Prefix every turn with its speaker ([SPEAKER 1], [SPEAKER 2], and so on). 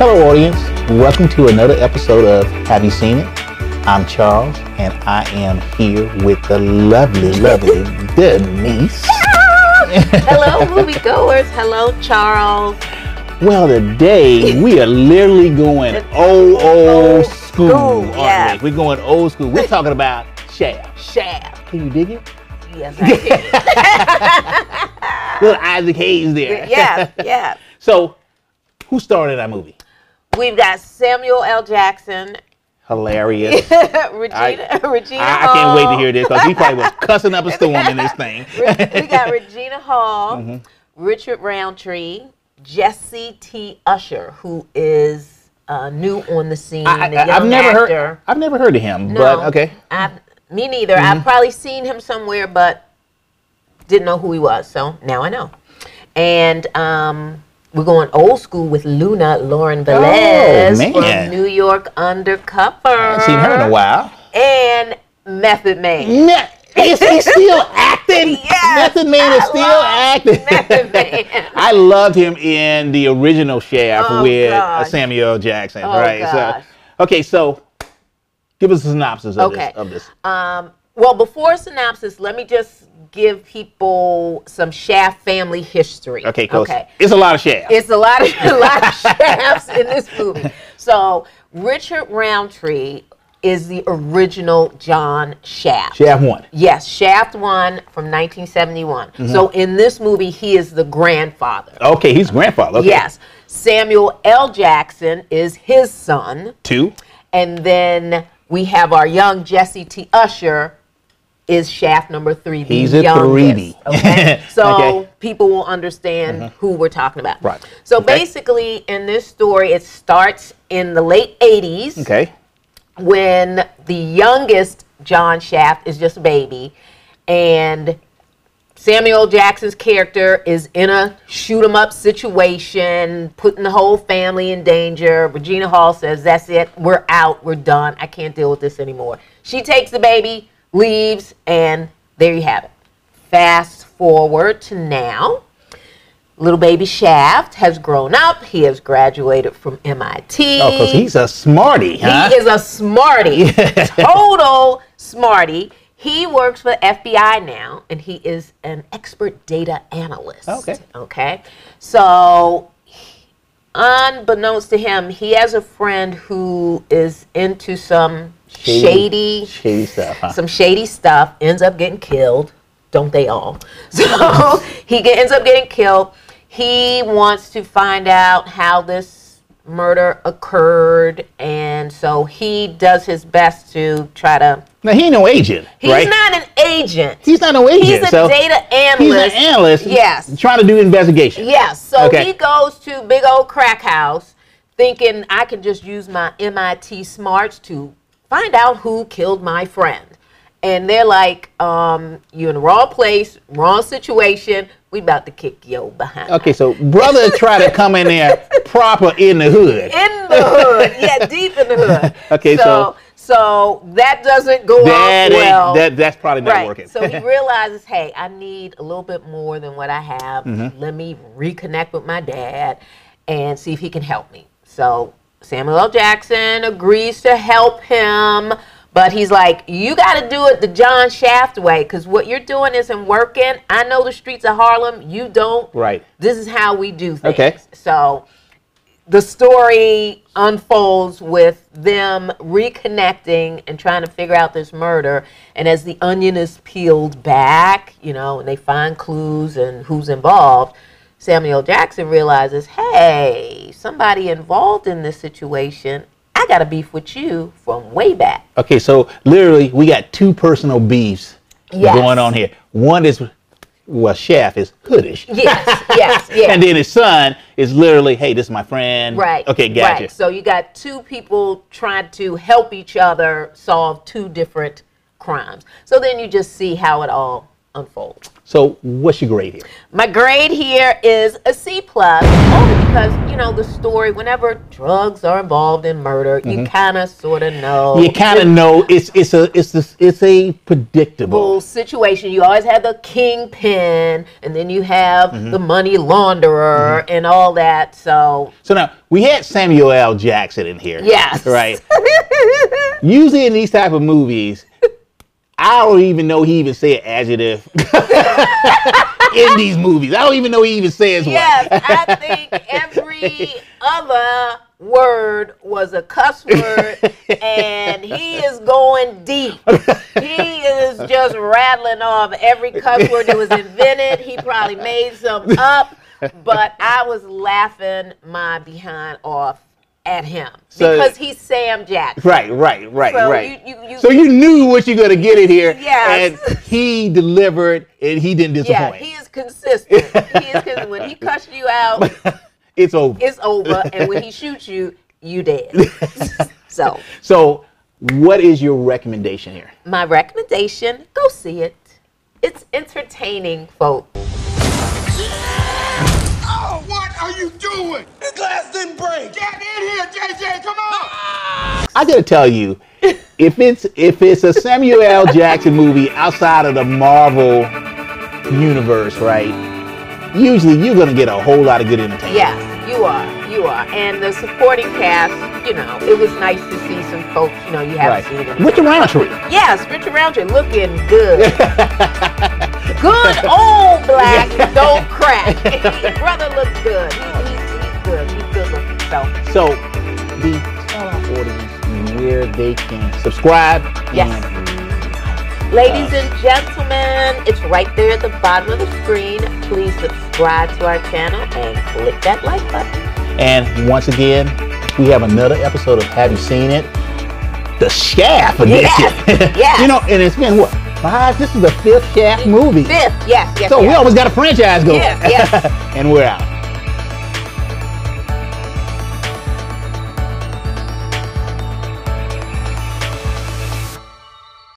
[SPEAKER 1] Hello, audience. Welcome to another episode of Have You Seen It? I'm Charles, and I am here with the lovely, lovely Denise.
[SPEAKER 2] Hello, moviegoers. Hello, Charles.
[SPEAKER 1] Well, today we are literally going old, old school. aren't
[SPEAKER 2] yeah.
[SPEAKER 1] we? We're going old school. We're talking about Shaft.
[SPEAKER 2] Shaft.
[SPEAKER 1] Can you dig it?
[SPEAKER 2] Yes, I did.
[SPEAKER 1] Little Isaac Hayes there.
[SPEAKER 2] yeah, yeah.
[SPEAKER 1] So, who started that movie?
[SPEAKER 2] We've got Samuel L. Jackson,
[SPEAKER 1] Hilarious.
[SPEAKER 2] Regina, Regina.
[SPEAKER 1] I, I can't wait to hear this because he probably was cussing up a storm in this thing.
[SPEAKER 2] this. we got Regina Hall,
[SPEAKER 1] Mm-hmm.
[SPEAKER 2] Richard Roundtree, Jesse T. Usher, who is uh, new on the scene.
[SPEAKER 1] I,
[SPEAKER 2] a young
[SPEAKER 1] have never heard.
[SPEAKER 2] actor.
[SPEAKER 1] I've never heard of him,
[SPEAKER 2] No,
[SPEAKER 1] but okay. Mm-hmm.
[SPEAKER 2] I've, me neither. I've probably seen him somewhere, but didn't know who he was. So now I know. And um, we're going old school with Luna Lauren Velez
[SPEAKER 1] Oh, man.
[SPEAKER 2] from New York Undercover.
[SPEAKER 1] I haven't seen her in a while.
[SPEAKER 2] And Method Man.
[SPEAKER 1] Ne- is he still acting?
[SPEAKER 2] Yes,
[SPEAKER 1] Method Man is
[SPEAKER 2] I
[SPEAKER 1] still
[SPEAKER 2] love
[SPEAKER 1] acting.
[SPEAKER 2] Method Man.
[SPEAKER 1] I loved him in the original Shaft
[SPEAKER 2] Oh,
[SPEAKER 1] with uh
[SPEAKER 2] gosh.
[SPEAKER 1] Samuel Jackson.
[SPEAKER 2] Oh,
[SPEAKER 1] right.
[SPEAKER 2] gosh.
[SPEAKER 1] So, okay. So, give us a synopsis of
[SPEAKER 2] Okay.
[SPEAKER 1] this. Of this.
[SPEAKER 2] Um, well, before synopsis, let me just give people some Shaft family history.
[SPEAKER 1] Okay, cool. It's a lot of Shaft.
[SPEAKER 2] It's a lot of a lot of shafts in this movie. So Richard Roundtree is the original John Shaft.
[SPEAKER 1] Shaft one.
[SPEAKER 2] Yes, Shaft one from 1971. So in this movie, he is the grandfather.
[SPEAKER 1] Okay, he's grandfather. Okay.
[SPEAKER 2] Yes, Samuel L. Jackson is his son,
[SPEAKER 1] Two.
[SPEAKER 2] and then we have our young Jesse T. Usher. Is Shaft number three the
[SPEAKER 1] He's a
[SPEAKER 2] youngest,
[SPEAKER 1] 3D.
[SPEAKER 2] Okay, so
[SPEAKER 1] Okay. Uh-huh.
[SPEAKER 2] people will understand who we're talking about.
[SPEAKER 1] Right.
[SPEAKER 2] So
[SPEAKER 1] Okay.
[SPEAKER 2] basically, in this story, it starts in the late 80s
[SPEAKER 1] Okay.
[SPEAKER 2] when the youngest John Shaft is just a baby, and Samuel Jackson's character is in a shoot 'em up situation, putting the whole family in danger. Regina Hall says, "That's it. We're out. We're done. I can't deal with this anymore." She takes the baby, leaves, and there you have it. Fast forward to now. Little baby Shaft has grown up. He has graduated from MIT.
[SPEAKER 1] Oh, because he's a smarty, huh?
[SPEAKER 2] He is a smarty, total smarty. He works for the FBI now, and he is an expert data analyst.
[SPEAKER 1] Oh, Okay.
[SPEAKER 2] Okay. So, unbeknownst to him, he has a friend who is into some shady,
[SPEAKER 1] shady stuff. Huh?
[SPEAKER 2] some shady stuff, ends up getting killed. Don't they all? So he get, ends up getting killed. He wants to find out how this murder occurred, and so he does his best to try to.
[SPEAKER 1] Now he ain't no agent,
[SPEAKER 2] He's
[SPEAKER 1] right?
[SPEAKER 2] not an agent.
[SPEAKER 1] he's not no agent.
[SPEAKER 2] He's a
[SPEAKER 1] so
[SPEAKER 2] data
[SPEAKER 1] he's
[SPEAKER 2] analyst.
[SPEAKER 1] an analyst.
[SPEAKER 2] Yes.
[SPEAKER 1] Trying to do investigation.
[SPEAKER 2] Yes. So
[SPEAKER 1] Okay.
[SPEAKER 2] he goes to big old crack house thinking I can just use my MIT smarts to find out who killed my friend. And they're like, um, you're in the wrong place, wrong situation. We about to kick yo behind.
[SPEAKER 1] Okay, so brother try to come in there proper in the hood.
[SPEAKER 2] In the hood. yeah, deep in the hood.
[SPEAKER 1] Okay, so-
[SPEAKER 2] so so that doesn't go
[SPEAKER 1] That
[SPEAKER 2] off
[SPEAKER 1] ain't-
[SPEAKER 2] well.
[SPEAKER 1] that that's probably not
[SPEAKER 2] right.
[SPEAKER 1] working.
[SPEAKER 2] So he realizes, hey, I need a little bit more than what I have. Let me reconnect with my dad and see if he can help me. So Samuel L. Jackson agrees to help him, but he's like, you got to do it the John Shaft way because what you're doing isn't working. I know the streets of Harlem. You don't.
[SPEAKER 1] Right.
[SPEAKER 2] This is how we do things.
[SPEAKER 1] Okay.
[SPEAKER 2] So the story unfolds with them reconnecting and trying to figure out this murder. And as the onion is peeled back, you know, and they find clues and who's involved, Samuel Jackson realizes, hey, somebody involved in this situation, I got a beef with you from way back.
[SPEAKER 1] Okay, so literally we got two personal beefs
[SPEAKER 2] Yes.
[SPEAKER 1] going on here. One is well, Shaft is hoodish.
[SPEAKER 2] Yes, yes, yes.
[SPEAKER 1] And then his son is literally, hey, this is my friend.
[SPEAKER 2] Right.
[SPEAKER 1] Okay, gotcha.
[SPEAKER 2] Right. So you got two people trying to help each other solve two different crimes. So then you just see how it all unfolds.
[SPEAKER 1] So what's your grade here?
[SPEAKER 2] My grade here is a C plus, only because you know the story. Whenever drugs are involved in murder, you kind of sort of know.
[SPEAKER 1] Mm-hmm. You kind of know it's it's a it's this it's a predictable.
[SPEAKER 2] whole situation. You always have the kingpin, and then you have
[SPEAKER 1] Mm-hmm.
[SPEAKER 2] the money launderer and all that. So
[SPEAKER 1] So now we had Samuel L. Jackson in here.
[SPEAKER 2] Yes.
[SPEAKER 1] Right. Usually in these type of movies, I don't even know he even said adjective in these movies. I don't even know he even says
[SPEAKER 2] yes, I think every other word was a cuss word, and he is going deep. He is just rattling off every cuss word that was invented. He probably made some up, but I was laughing my behind off at him
[SPEAKER 1] So-
[SPEAKER 2] because he's Sam Jackson.
[SPEAKER 1] one. Right, right, right,
[SPEAKER 2] So
[SPEAKER 1] right.
[SPEAKER 2] you- you- you-
[SPEAKER 1] so you knew what you're gonna get in here,
[SPEAKER 2] Yes.
[SPEAKER 1] and he delivered, and he didn't
[SPEAKER 2] Yeah,
[SPEAKER 1] disappoint.
[SPEAKER 2] he is consistent. he is consistent. When he cussed you out,
[SPEAKER 1] it's over.
[SPEAKER 2] it's over, and when he shoots you, you dead. so
[SPEAKER 1] so, what is your recommendation here?
[SPEAKER 2] my recommendation: go see it. It's entertaining, folks.
[SPEAKER 3] Oh, what are you doing? The glass didn't break. Get in here, JJ. Come on.
[SPEAKER 1] I gotta tell you, if it's if it's a Samuel L. Jackson movie outside of the Marvel universe, right? Usually, you're gonna get a whole lot of good entertainment.
[SPEAKER 2] Yes, you are. You are. And the supporting cast. You know, it was nice to see some folks. You know, you haven't seen
[SPEAKER 1] Right.
[SPEAKER 2] in a
[SPEAKER 1] Richard Roundtree.
[SPEAKER 2] Yes, Richard Roundtree looking good. good old black, don't crack. His brother looks good. He's, he's, he's good. He's good looking. So,
[SPEAKER 1] So, the tell our audience where they can subscribe.
[SPEAKER 2] Yes. ladies and gentlemen, it's right there at the bottom of the screen. Please subscribe to our channel and click that like button.
[SPEAKER 1] And, and once again, we have another episode of Have You Seen It? The Shaft edition.
[SPEAKER 2] yes.
[SPEAKER 1] you know, and it's been what five? This is the fifth Shaft movie.
[SPEAKER 2] Fifth, yes, yes.
[SPEAKER 1] So we
[SPEAKER 2] yes.
[SPEAKER 1] almost got a franchise going.
[SPEAKER 2] Yes, yes.
[SPEAKER 1] and we're out.